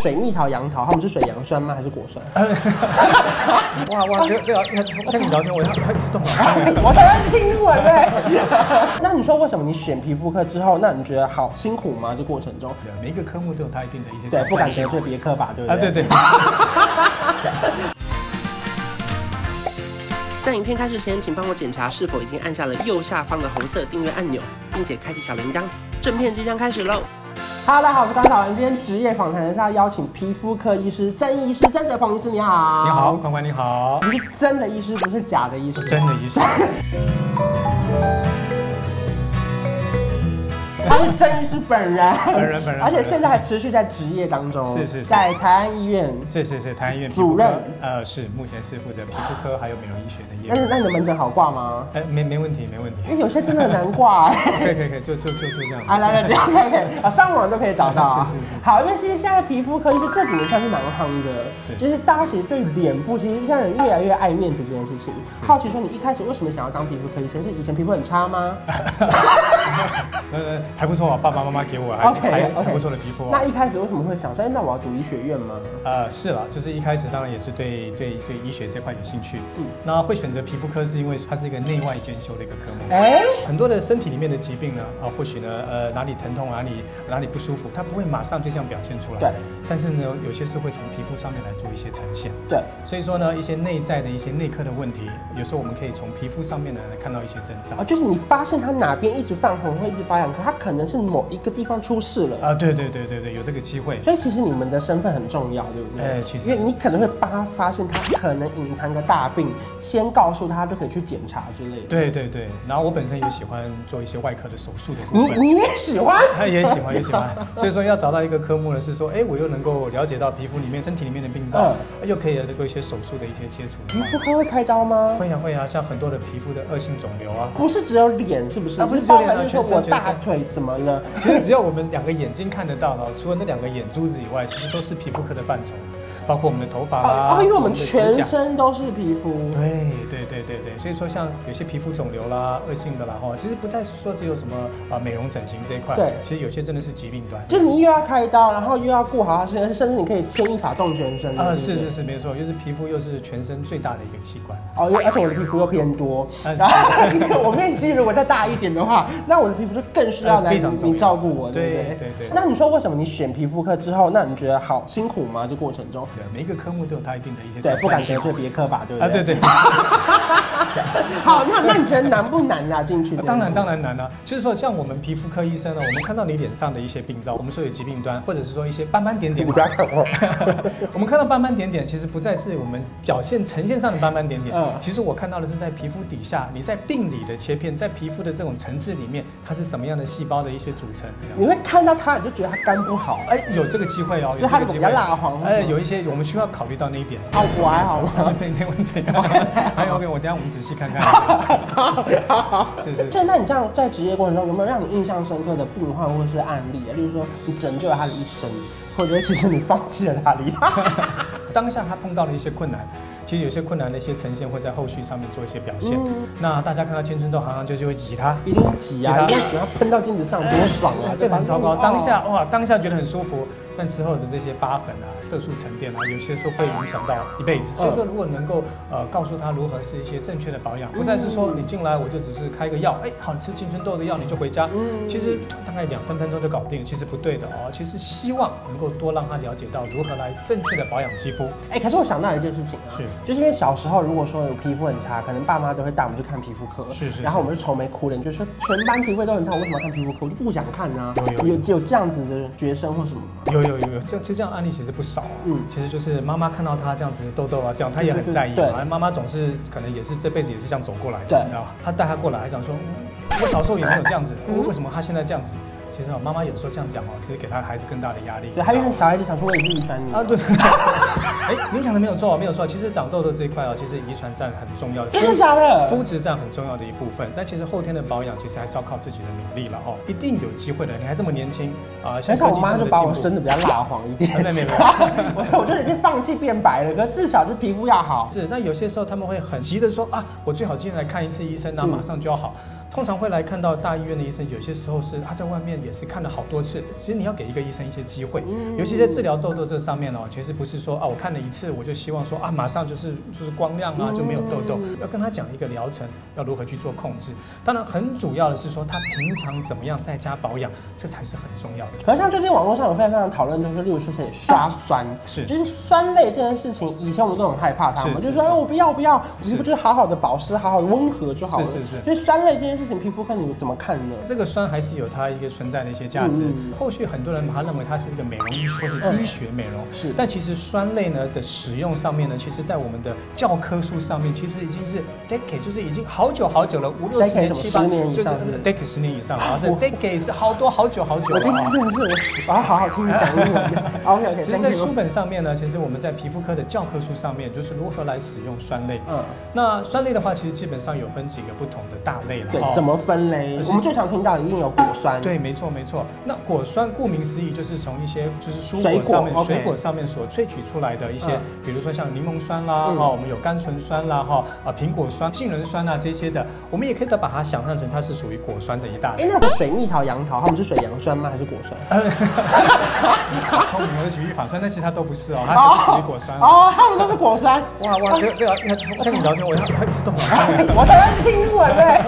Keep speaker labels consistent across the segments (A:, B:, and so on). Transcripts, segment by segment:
A: 水蜜桃、杨桃，他们是水杨酸吗？还是果酸？
B: 哇哇，这这个要跟你聊天，我要要激动了。
A: 我才要听英文呢。 那你说为什么你选皮肤科之后，那你觉得好辛苦吗？这过程中，
B: 每一个科目都有它一定的一些
A: 对，不敢
B: 挑
A: 得
B: 战
A: 罪别科吧，对不
B: 啊，
A: 对？
B: 对对。
A: 在影片开始前，请帮我检查是否已经按下了右下方的红色订阅按钮，并且开启小铃铛。正片即将开始喽！Hello，大家好，我是关晓雯。今天职业访谈是要邀请皮肤科医师曾医师，曾德鹏医师，你好。
B: 你好，，关关你好，
A: 你是真的医师，不是假的医师。
B: 真的医生。
A: 他是哦曾医师本人，
B: 本人本人
A: 而且现在还持续在职业当中，
B: 是是是
A: 在台安医院。
B: 是是是，台湾医院皮
A: 主
B: 肤
A: 任
B: 科，呃，是目前是负责皮肤科还有美容医学的
A: 那
B: 业务。
A: 那你的门诊好挂吗？
B: 哎，没没问题，没问题。
A: 因为有些真的很难挂、 哎。
B: 可以可以可以，就就就就这样。
A: 啊，来来，这样 OK OK，啊，上网都可以找到、啊。
B: 是是是
A: 好，因为其实现在皮肤科医师这几年算是蛮夯的，
B: 是
A: 就是大家其实对脸部，其实现在人越来越爱面子这件事情。好奇说，你一开始为什么想要当皮肤科医生？是以前皮肤很差吗
B: 呃，还不错啊，爸爸妈妈给我 还
A: ？OK
B: 还
A: OK，
B: 还不错的皮肤啊
A: 那。一开始为什么会想说，哎，那我要读医学院吗？
B: 呃，是啦，就是一开始当然也是对对对医学这块有兴趣。
A: 嗯
B: 那会选择皮肤科是因为它是一个内外兼修的一个科目。
A: 哎、
B: 很多的身体里面的疾病呢，啊，或许呢，呃，哪里疼痛，哪里哪里不舒服，它不会马上就这样表现出来。
A: 对。
B: 但是呢，有些是会从皮肤上面来做一些呈现。
A: 对，
B: 所以说呢，一些内在的一些内科的问题，有时候我们可以从皮肤上面呢来看到一些征兆
A: 啊，。就是你发现它哪边一直泛红，会一直发痒，可它可能是某一个地方出事了。
B: 啊，对对对对对，有这个机会。
A: 所以其实你们的身份很重要，对不对？
B: 哎其实
A: 因为你可能会帮他发现他可能隐藏个大病，先告诉他就可以去检查之类的。
B: 对对对，然后我本身也喜欢做一些外科的手术的部
A: 你
B: 分。
A: 你也喜欢？
B: 他 也喜欢，也喜欢，所以说要找到一个科目呢，是说，哎，我又能够了解到皮肤里面、身体里面的病灶，又可以做一些手术的一些切除的
A: 嗯皮
B: 话。
A: 肤科会开刀吗？
B: 会啊会啊，像很多的皮肤的恶性肿瘤啊，
A: 不是只有脸，是不是？
B: 啊不是
A: 就包
B: 只有脸
A: 含
B: 啊
A: 就说
B: 全身
A: 我
B: 全身
A: 大腿怎么了？
B: 其实只要我们两个眼睛看得到呢，除了那两个眼珠子以外，其实都是皮肤科的范畴，包括我啊们的头发啦，
A: 哦哦，因为我们
B: 的指甲
A: 全身都是皮肤。
B: 对对对对对，所以说像有些皮肤肿瘤啦、恶性的啦哈，其实不再是说只有什么啊美容整形这一块，
A: 对
B: 其实有些真的是疾病端。
A: 就你又要开刀，然后又要顾好他身体，甚至你可以牵一发动全身。
B: 啊，
A: 对不对
B: 是是是，没错，就是皮肤又是全身最大的一个器官。
A: 哦，因为而且我的皮肤又偏多，
B: 啊是
A: 然后因为我面积如果再大一点的话，那我的皮肤就更需要
B: 呃
A: 来
B: 非常
A: 你
B: 重要
A: 你照顾我，对不对
B: 对？对对
A: 那你说为什么你选皮肤科之后，那你觉得好辛苦吗？这过程中，
B: 对，每一个科目都有它一定的一些
A: 对，不敢得
B: 性
A: 罪别科吧，对不
B: 啊，对
A: 对？
B: 对，
A: 好，那那你觉得难不难啊？进去这个？
B: 当然当然难啊。就是说，像我们皮肤科医生呢，我们看到你脸上的一些病灶，我们说有疾病端，或者是说一些斑斑点点
A: 你，不要看我，
B: 我们看到斑斑点点，其实不再是我们表现呈现上的斑斑点点，
A: 嗯
B: 其实我看到的是在皮肤底下，你在病理的切片，在皮肤的这种层次里面，它是什么样的细胞的一些组成，这 样
A: 你
B: 子。
A: 会看到它，你就觉得它肝不好。
B: 哎，有这个机会哦，
A: 就
B: 有
A: 它如果
B: 这个机
A: 比
B: 会
A: 较。蜡黄
B: 哎，有一些我们需要考虑到那 一点。
A: 哦我还好吗？
B: 对，没问题。还有 OK，我等一下我们仔细看看。是是。
A: 所以，那你这样在职业过程中，有没有让你印象深刻的病患或是案例啊？例如说，你拯救了他的一生，或者其实你放弃了他的一生。
B: 当下他碰到了一些困难，其实有些困难的一些呈现会在后续上面做一些表现。那大家看到青春痘，行行就就会挤它。
A: 一定要挤啊，
B: 挤它
A: 一定要挤，它喷到镜子上
B: 哎
A: 多爽啊！
B: 这个很糟糕。
A: 把它
B: 当下哇，当下觉得很舒服，但之后的这些疤痕啊、色素沉淀啊，有些时候会影响到一辈子。
A: 嗯
B: 所以说，如果能够呃告诉他如何是一些正确的保养，不再是说你进来我就只是开个药，哎，好，你吃青春痘的药你就回家。其实大概两三分钟就搞定，其实不对的哦。其实希望能够多让他了解到如何来正确的保养肌肤。
A: 哎、可是我想到一件事情啊，
B: 是
A: 就是因为小时候如果说有皮肤很差，可能爸妈都会带我们去看皮肤科，
B: 是是是
A: 然后我们就愁眉苦脸，就说全班皮肤都很差，我为什么要看皮肤科？我就不想看啊。
B: 有有嗯
A: 有有这样子的学生或什么吗？
B: 有有有有，这其实这样案例其实不少啊。
A: 嗯
B: 嗯，其实就是妈妈看到他这样子痘痘啊，这样她也很在意
A: 对对对
B: 嘛。妈妈总是可能也是这辈子也是这样走过来的，
A: 对
B: 你知道吧？她带他过来，还讲说，嗯我小时候也没有这样子，为什么他现在这样子？其实啊，妈妈有时候这样讲哦，其实给他孩子更大的压力。
A: 对，还有
B: 你
A: 点
B: 知道吗
A: 小孩子想说我也是遗传你
B: 啊，对对对。 哎，您讲的没有错，没有错。其实长痘痘这一块啊，其实遗传占很重要的，
A: 真的假的
B: 肤质占很重要的一部分，但其实后天的保养其实还是要靠自己的努力了哦，一定有机会的。你还这么年轻啊，
A: 而
B: 像
A: 且我
B: 科技
A: 妈
B: 这么
A: 就
B: 的
A: 把
B: 进
A: 我
B: 步啊
A: 生的比较蜡黄一点，
B: 没有没有没有
A: 我我就已经放弃变白了，可至少就皮肤要好。
B: 是，那有些时候他们会很急的说啊，我最好今天来看一次医生啊，马上就要好。通常会来看到大医院的医生，有些时候是啊他在外面也是看了好多次。其实你要给一个医生一些机会，尤其在治疗痘痘这上面哦，其实不是说啊我看了一次我就希望说啊马上就是就是光亮啊就没有痘痘，要跟他讲一个疗程要如何去做控制。当然很主要的是说他平常怎么样在家保养，这才是很重要的。
A: 可是像最近网络上有非常非常讨论，就是例如出现刷酸，
B: 是
A: 就是酸类这件事情，以前我们都很害怕它嘛，
B: 是
A: 就是说
B: 是
A: 哎我不要不要，皮
B: 是
A: 肤就是好好的保湿，好好的温和就好了。
B: 是是是
A: 所以酸类这件事情，皮肤科你们怎么看呢？
B: 这个酸还是有它一个存在的一些价值。
A: 嗯
B: 后续很多人把它认为它是一个美容医学或是医学美容，
A: 是
B: 但其实酸类呢的使用上面呢，其实在我们的教科书上面，其实已经是 decade，就是已经好久好久了，五六
A: Decade
B: 十年、
A: 什么
B: 七八
A: 10年以
B: 就是
A: 上是不是
B: decade 十年以上，好像是 decade 是好多好久好久
A: 我今
B: 了
A: 天
B: 啊。
A: 真的是我要好好听你讲英文。OK OK，
B: 其实，在书本上面呢，其实我们在皮肤科的教科书上面，就是如何来使用酸类。
A: 嗯，
B: 那酸类的话，其实基本上有分几个不同的大类了。
A: 对
B: 哦，
A: 怎么分嘞？我们最常听到的一定有果酸，，
B: 对，没错没错。那果酸顾名思义，就是从一些就是蔬
A: 水
B: 果
A: 果
B: 上面
A: OK
B: 水果上面所萃取出来的一些
A: 嗯，
B: 比如说像柠檬酸啦，
A: 嗯
B: 哈，我们有甘醇酸啦，哈，啊，苹果酸、杏仁酸啊这些的，我们也可以把它想象成它是属于果酸的一大
A: 哎
B: 类。，
A: 那个水蜜桃、杨桃，它们是水杨酸吗？还是果酸？
B: 呃从我们的举一反酸，但其实它都不是哦，它就是属于果酸。
A: 哦，它们都是果酸。
B: 哇哇，这个这个要跟你聊天，我要我要一直动了。
A: 我才要听英文嘞。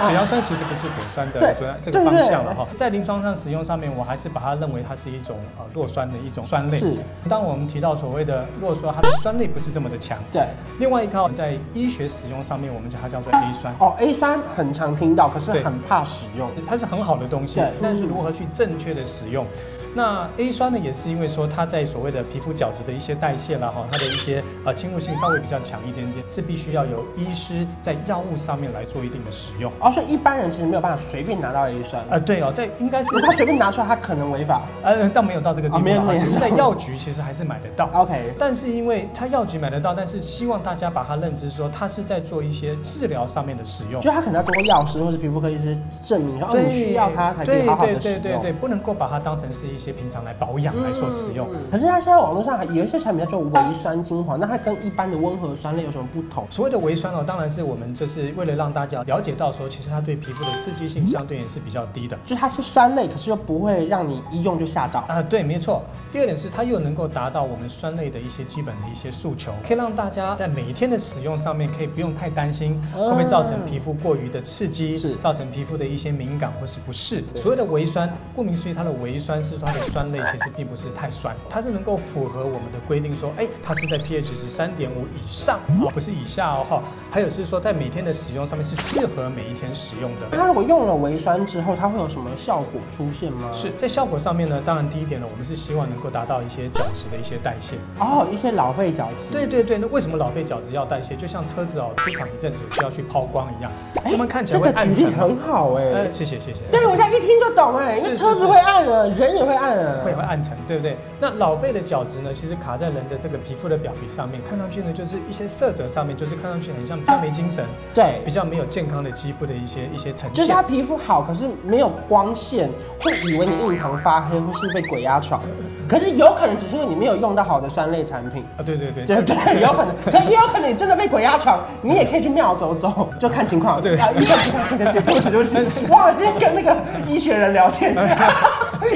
B: 水杨酸其实不是果酸的
A: 啊对
B: 主要这
A: 对
B: 个方
A: 对
B: 向了哈，在临床上使用上面，我还是把它认为它是一种呃弱酸的一种酸类。
A: 是，
B: 当我们提到所谓的弱酸，它的酸类不是这么的强。
A: 对，
B: 另外一个在医学使用上面，我们叫它叫做 A 酸。
A: 哦，A 酸很常听到，可是
B: 对
A: 很怕使用。
B: 它是很好的东西
A: 对，
B: 但是如何去正确的使用？那 A 酸呢，也是因为说它在所谓的皮肤角质的一些代谢啦，哈，它的一些呃侵入性稍微比较强一点点，是必须要有医师在药物上面来做一定的使用。
A: 哦，所以一般人其实没有办法随便拿到 A 酸，
B: 呃，对哦，在应该是
A: 如果随便拿出来，它可能违法。
B: 呃，倒没有到这个地
A: 啊
B: 步
A: 没有没
B: 啦，
A: 有
B: 只是在药局其实还是买得到。
A: OK，
B: 但是因为它药局买得到，但是希望大家把它认知说，它是在做一些治疗上面的使用。
A: 就它可能要经过药师或是皮肤科医师证明，哦，你需要它才可以
B: 对
A: 好好
B: 对
A: 的使
B: 对对对，
A: 用。
B: 不能够把它当成是一些平常来保养来说使用。
A: 可是它现在网络上还有一些产品叫做维酸精华，那它跟一般的温和酸类有什么不同？
B: 所谓的微酸哦，当然是我们就是为了让大家了解到说，其实它对皮肤的刺激性相对也是比较低的。
A: 就它是酸类，可是又不会让你一用就吓到。
B: 啊，对，没错。第二点是它又能够达到我们酸类的一些基本的一些诉求，可以让大家在每一天的使用上面可以不用太担心会不会造成皮肤过于的刺激，
A: 是
B: 造成皮肤的一些敏感或是不适。所谓的微酸，顾名思义，它的微酸是说它的酸类其实并不是太酸，它是能够符合我们的规定说，哎，它是在 pH 值三点五以上，哦，不是以下哦哈。还有是说在每天的使用上面是适合每一天使用的。
A: 那它如果用了维酸之后，它会有什么效果出现吗？
B: 是在效果上面呢，当然第一点呢，我们是希望能够达到一些角质的一些代谢。
A: 哦，一些老废角质。
B: 对对对，那为什么老废角质要代谢？就像车子哦，出厂一阵子需要去抛光一样，
A: 哎，
B: 我们看起
A: 这
B: 来会
A: 个
B: 暗
A: 举
B: 沉
A: 例。很好哎、
B: 呃，谢谢谢谢。
A: 对，我现在一听就懂哎，因
B: 是
A: 为
B: 是
A: 车子
B: 是
A: 会按了，人也会按
B: 会会
A: 了。
B: 暗沉，对不对？那老废的角质呢，其实卡在人的这个皮肤的表皮上面，看上去呢就是一些色泽上面，就是看上去很像比较没精神，
A: 对
B: 比，较没有健康的肌肤的一些一些呈
A: 就是
B: 现
A: 他。皮肤好，可是没有光线，会以为你印堂发黑或是被鬼压床。可是有可能只是因为你没有用到好的酸类产品，
B: 啊，对对对，
A: 对不
B: 这个
A: 对？有可能，可也有可能你真的被鬼压床，你也可以去庙走走，就看情况。
B: 对
A: 啊，医生不相信这些，对不起，对不起， 忘了今天跟那个医学人聊天，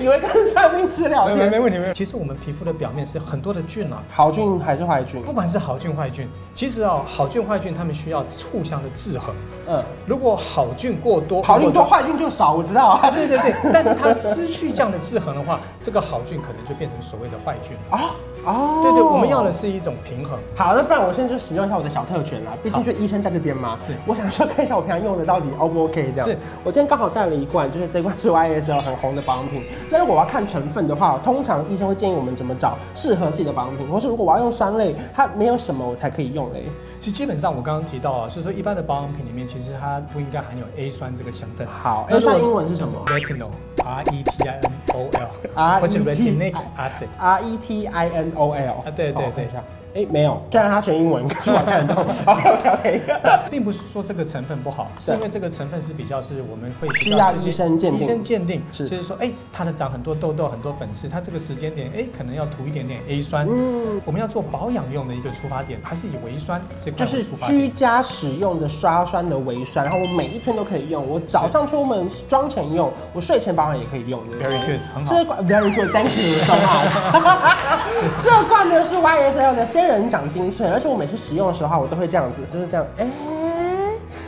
A: 以为跟算命师聊
B: 没没没
A: 天。
B: 问题没问题。其实我们皮肤的表面是很多的菌啊，
A: 好菌还是坏菌？
B: 不管是好菌坏菌，其实哦，好菌坏菌它们需要互相的制衡。
A: 嗯，
B: 如果好菌过多，
A: 好菌
B: 过
A: 多，坏菌就少，我知道啊。
B: 啊，对对对， 但是它失去这样的制衡的话，这个好菌可能就变成所谓的坏菌。
A: 啊哦，
B: 对对，我们要的是一种平衡。
A: 好，那不然我现在就使用一下我的小特权啦，啊毕竟就医生在这边嘛。
B: 是
A: 我想说看一下我平常用的到底 O 不 OK 这样。
B: 是，
A: 我今天刚好带了一罐，就是这罐是 YSL 很红的保养品。那如果我要看成分的话，通常医生会建议我们怎么找适合自己的保养品，或是如果我要用酸类，它没有什么我才可以用嘞。
B: 其实基本上我刚刚提到啊，就是说一般的保养品里面，其实它不应该含有 A 酸这个成分。
A: 好
B: 那
A: A 酸
B: 如果
A: 英文是什么
B: ？Retinol，R E T I N O L，
A: R E T I-
B: 或是 retinic acid。
A: R E T I N O L
B: 啊对对
A: 哦我看一下。哎，没有，虽然它全英文，可是我看 得懂。OK 哦 OK OK。
B: 并不是说这个成分不好，是因为这个成分是比较是我们会
A: 需要医生鉴定
B: 医生鉴定，
A: 是
B: 就是说，哎，它的长很多痘痘、很多粉刺，它这个时间点，哎，可能要涂一点点 A 酸。嗯，我们要做保养用的一个出发点，还是以维酸这块
A: 就
B: 为
A: 是
B: 出发
A: 居
B: 点。
A: 家使用的刷酸的微酸，然后我每一天都可以用，我早上出门妆前用，我睡前保养也可以用，对不对
B: Very good，很好
A: 这款 very good，thank you so much 。这罐呢是 YSL 的仙人掌精粹，而且我每次使用的时候，我都会这样子，就是这样，哎、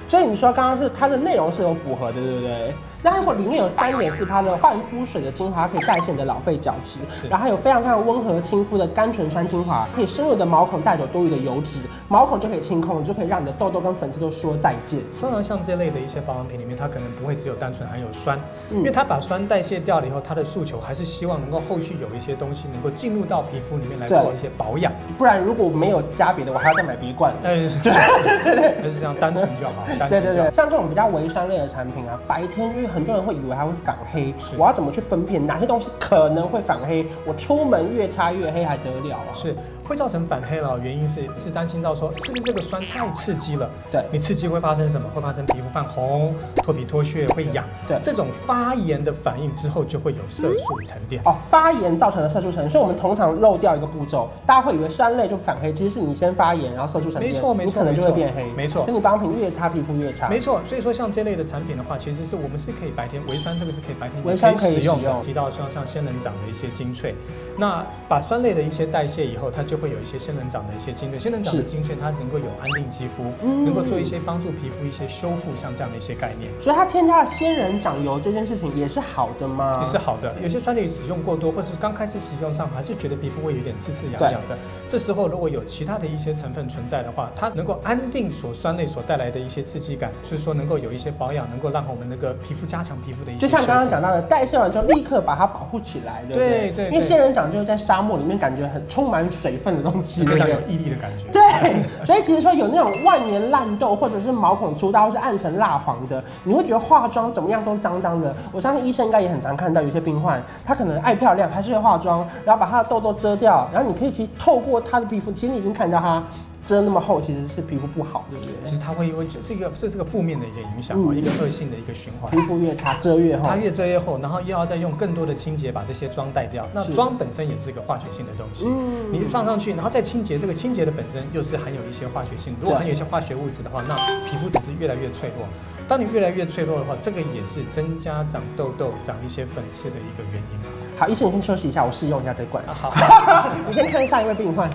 A: 所以你说刚刚是它的内容是有符合的，对不对？那如果里面有三点四它的焕肤水的精华，可以代谢你的老废角质，然后还有非常非常温和亲肤的甘醇酸精华，可以深入你的毛孔带走多余的油脂，毛孔就可以清空，就可以让你的痘痘跟粉刺都说再见。
B: 通常像这类的一些保养品里面，它可能不会只有单纯含有酸，
A: 嗯
B: 因为它把酸代谢掉了以后，它的诉求还是希望能够后续有一些东西能够进入到皮肤里面来
A: 对
B: 做一些保养。
A: 不然如果没有加别的，我还要再买别罐。
B: 但是 但是这样单纯就好，单
A: 对
B: 纯
A: 对
B: 就好
A: 对，。像这种比较微酸类的产品啊，白天因为很多人会以为它会反黑，
B: 是
A: 我要怎么去分辨哪些东西可能会反黑？我出门越擦越黑还得了啊？
B: 是会造成反黑了，原因是是担心到说是不是这个酸太刺激了？
A: 对
B: 你刺激会发生什么？会发生皮肤泛红、脱皮脱屑、会痒。
A: 对
B: 这种发炎的反应之后就会有色素沉淀。
A: 哦，发炎造成的色素沉淀，所以我们通常漏掉一个步骤，大家会以为酸类就反黑，其实是你先发炎，然后色素沉淀，
B: 没错没错
A: 你可能就会变黑，
B: 没错
A: 所以你保养品越擦，皮肤越差。
B: 没错，所以说像这类的产品的话，其实是我们是可以白天维酸，这个是可以白天
A: 微
B: 也
A: 酸
B: 可以
A: 可以
B: 使用
A: 使
B: 的。
A: 用
B: 提到像像仙人掌的一些精粹，那把酸类的一些代谢以后，它就会有一些仙人掌的一些精粹。仙人掌的
A: 是嗯
B: 精粹它能够有安定肌肤，能够做一些帮助皮肤一些修复，像这样的一些概念。
A: 所以它添加了仙人掌油这件事情也是好的吗
B: 也？是好的。有些酸类使用过多，或是刚开始使用上还是觉得皮肤会有点刺刺痒痒的，这时候如果有其他的一些成分存在的话，它能够安定所酸类所带来的一些刺激感，所以说能够有一些保养，能够让我们那个皮肤加强皮肤的一些。
A: 就像刚刚。讲到的，代谢完之后立刻把它保护起来，对不
B: 对对
A: 因为
B: 对
A: 仙人掌就是在沙漠里面，感觉很充满水分的东西，
B: 非常
A: 对
B: 有
A: 不对
B: 毅力的感觉。
A: 对，所以其实说有那种万年烂痘，或者是毛孔粗大，或是暗沉蜡黄的，你会觉得化妆怎么样都脏脏的。我相信医生应该也很常看到，有些病患他可能爱漂亮，还是会化妆，然后把他的痘痘遮掉，然后你可以其实透过他的皮肤，其实你已经看到他遮那么厚，其实是皮肤不好，对不
B: 其
A: 对？
B: 实它会因为这是一个这是个负面的一个影响哦，
A: 嗯
B: 一个恶性的一个循环
A: 皮。肤越差遮越厚
B: 它。越遮越厚，然后又要再用更多的清洁把这些妆带掉。那
A: 是嗯
B: 妆本身也是一个化学性的东西，你放上去，然后再清洁，这个清洁的本身又是含有一些化学性。如果
A: 对
B: 含有一些化学物质的话，那皮肤只是越来越脆弱。当你越来越脆弱的话，这个也是增加长痘痘、长一些粉刺的一个原因
A: 好，医生你先休息一下，我试用一下这罐。
B: 啊。好，
A: 你先看下一位病患。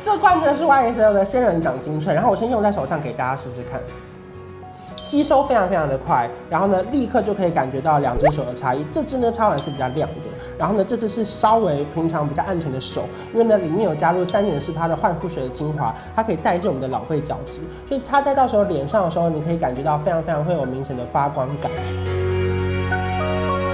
A: 这罐呢是 YSL 的仙人掌精粹，然后我先用在手上给大家试试看，吸收非常非常的快，然后呢立刻就可以感觉到两只手的差异。这只呢擦完是比较亮的，然后呢这只是稍微平常比较暗沉的手，因为呢里面有加入三点四它的焕肤水的精华，它可以代谢我们的老废角质，所以擦在到时候脸上的时候，你可以感觉到非常非常会有明显的发光感。
B: 哦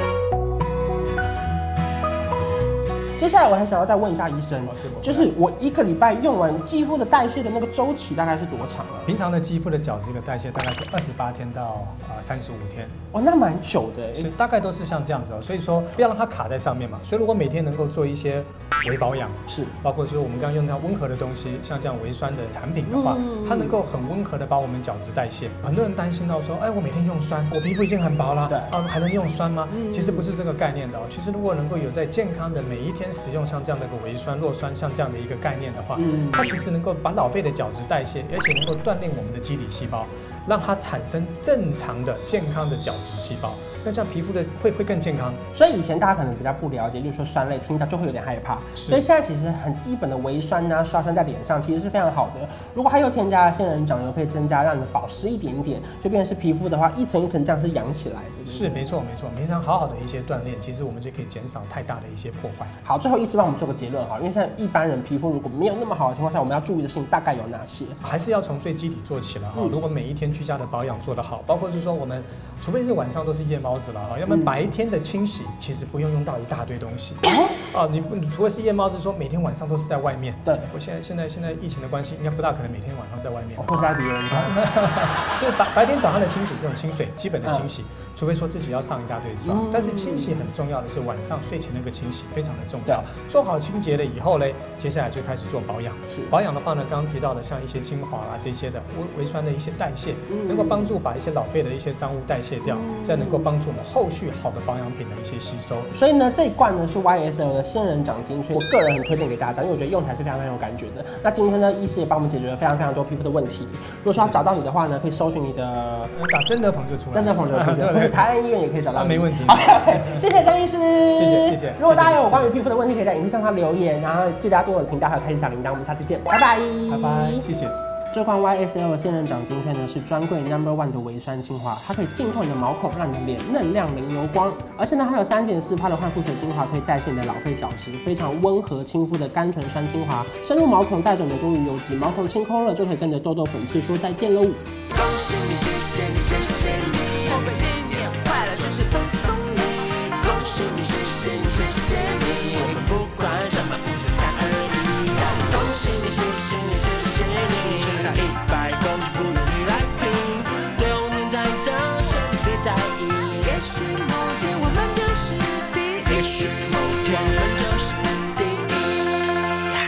A: 接下来我还想要再问一下医生
B: 哦是，我
A: 就是我一个礼拜用完肌肤的代谢的那个周期大概是多长啊？
B: 平常的肌肤的角质的代谢大概是二十八天到啊三十五天，
A: 哦，那蛮久的
B: 是
A: 欸。
B: 大概都是像这样子哦。所以说不要让它卡在上面嘛。所以如果每天能够做一些微保养，
A: 是，
B: 包括说我们刚刚用这样温和的东西，像这样微酸的产品的话，
A: 嗯
B: 它能够很温和的把我们角质代谢。很多人担心到说，哎，我每天用酸，我皮肤已经很薄了，
A: 对嗯
B: 啊，还能用酸吗？其实不是这个概念的哦。其实如果能够有在健康的每一天使用像这样的一个微酸、弱酸像这样的一个概念的话，
A: 嗯
B: 它其实能够把老废的角质代谢，而且能够锻炼我们的基底细胞，让它产生正常的健康的角质细胞。那这样皮肤的会会更健康。
A: 所以以前大家可能比较不了解，例如说酸类，听到就会有点害怕。
B: 是
A: 所以现在其实很基本的微酸呐、刷酸在脸上其实是非常好的。如果它又添加了仙人掌油，可以增加让你的保湿一点点，就变成是皮肤的话一层一层这样是扬起来的。
B: 是，没错没错，平常好好的一些锻炼，其实我们就可以减少太大的一些破坏。
A: 好，最后医师帮我们做个结论哈，因为现在一般人皮肤如果没有那么好的情况下，我们要注意的事情大概有哪些？
B: 还是要从最基底做起了哈、
A: 嗯
B: 如果每一天居家的保养做得好，包括是说我们，除非是晚上都是夜猫子了哈，要不
A: 嗯
B: 然白天的清洗其实不用用到一大堆东西。哦，你不，你除非是夜猫子，说每天晚上都是在外面。
A: 对
B: 我现在现在现在疫情的关系，应该不大可能每天晚上在外面
A: 哦。或是在别人家。嗯
B: 就是白白天早上的清洗，这种清水基本的清洗，除非说自己要上一大堆妆。但是清洗很重要的是晚上睡前那个清洗非常的重要。做好清洁了以后嘞，接下来就开始做保养。
A: 是
B: 保养的话呢，刚刚提到的像一些精华啦这些的微微酸的一些代谢，
A: 嗯
B: 能够帮助把一些老废的一些脏物代谢掉，再能够帮助我们后续好的保养品的一些吸收。
A: 所以呢，这一罐呢是 YSL 的仙人掌精粹，我个人很推荐给大家，因为我觉得用起来是非常非常有感觉的。那今天呢，医师也帮我们解决了非常非常多皮肤的问题。如果说要找到你的话呢，可以搜寻你的
B: 嗯打真的朋就出来了，
A: 真的朋友出 现，或者台安医院也可以找到
B: 啊
A: 你。
B: 没问题
A: 谢谢张医师，
B: 谢谢谢谢
A: 如果大家有关于皮肤的问题，可以在影片上方留言，然后记得要订阅我的频道，还有开启小铃铛。我们下次见，拜拜，
B: 拜拜，谢谢。
A: 这款 YSL 仙人掌精粹呢是专柜 Number One 的微酸精华，它可以净化你的毛孔，让你的脸嫩亮零油光。而且呢，还有三点四帕的焕肤水精华，可以代谢你的老废角质，非常温和亲肤的甘醇酸精华，深入毛孔，带走你的多余油脂，毛孔清空了就可以跟你的痘痘粉刺说再见喽。
C: 恭喜你，谢谢你，谢谢。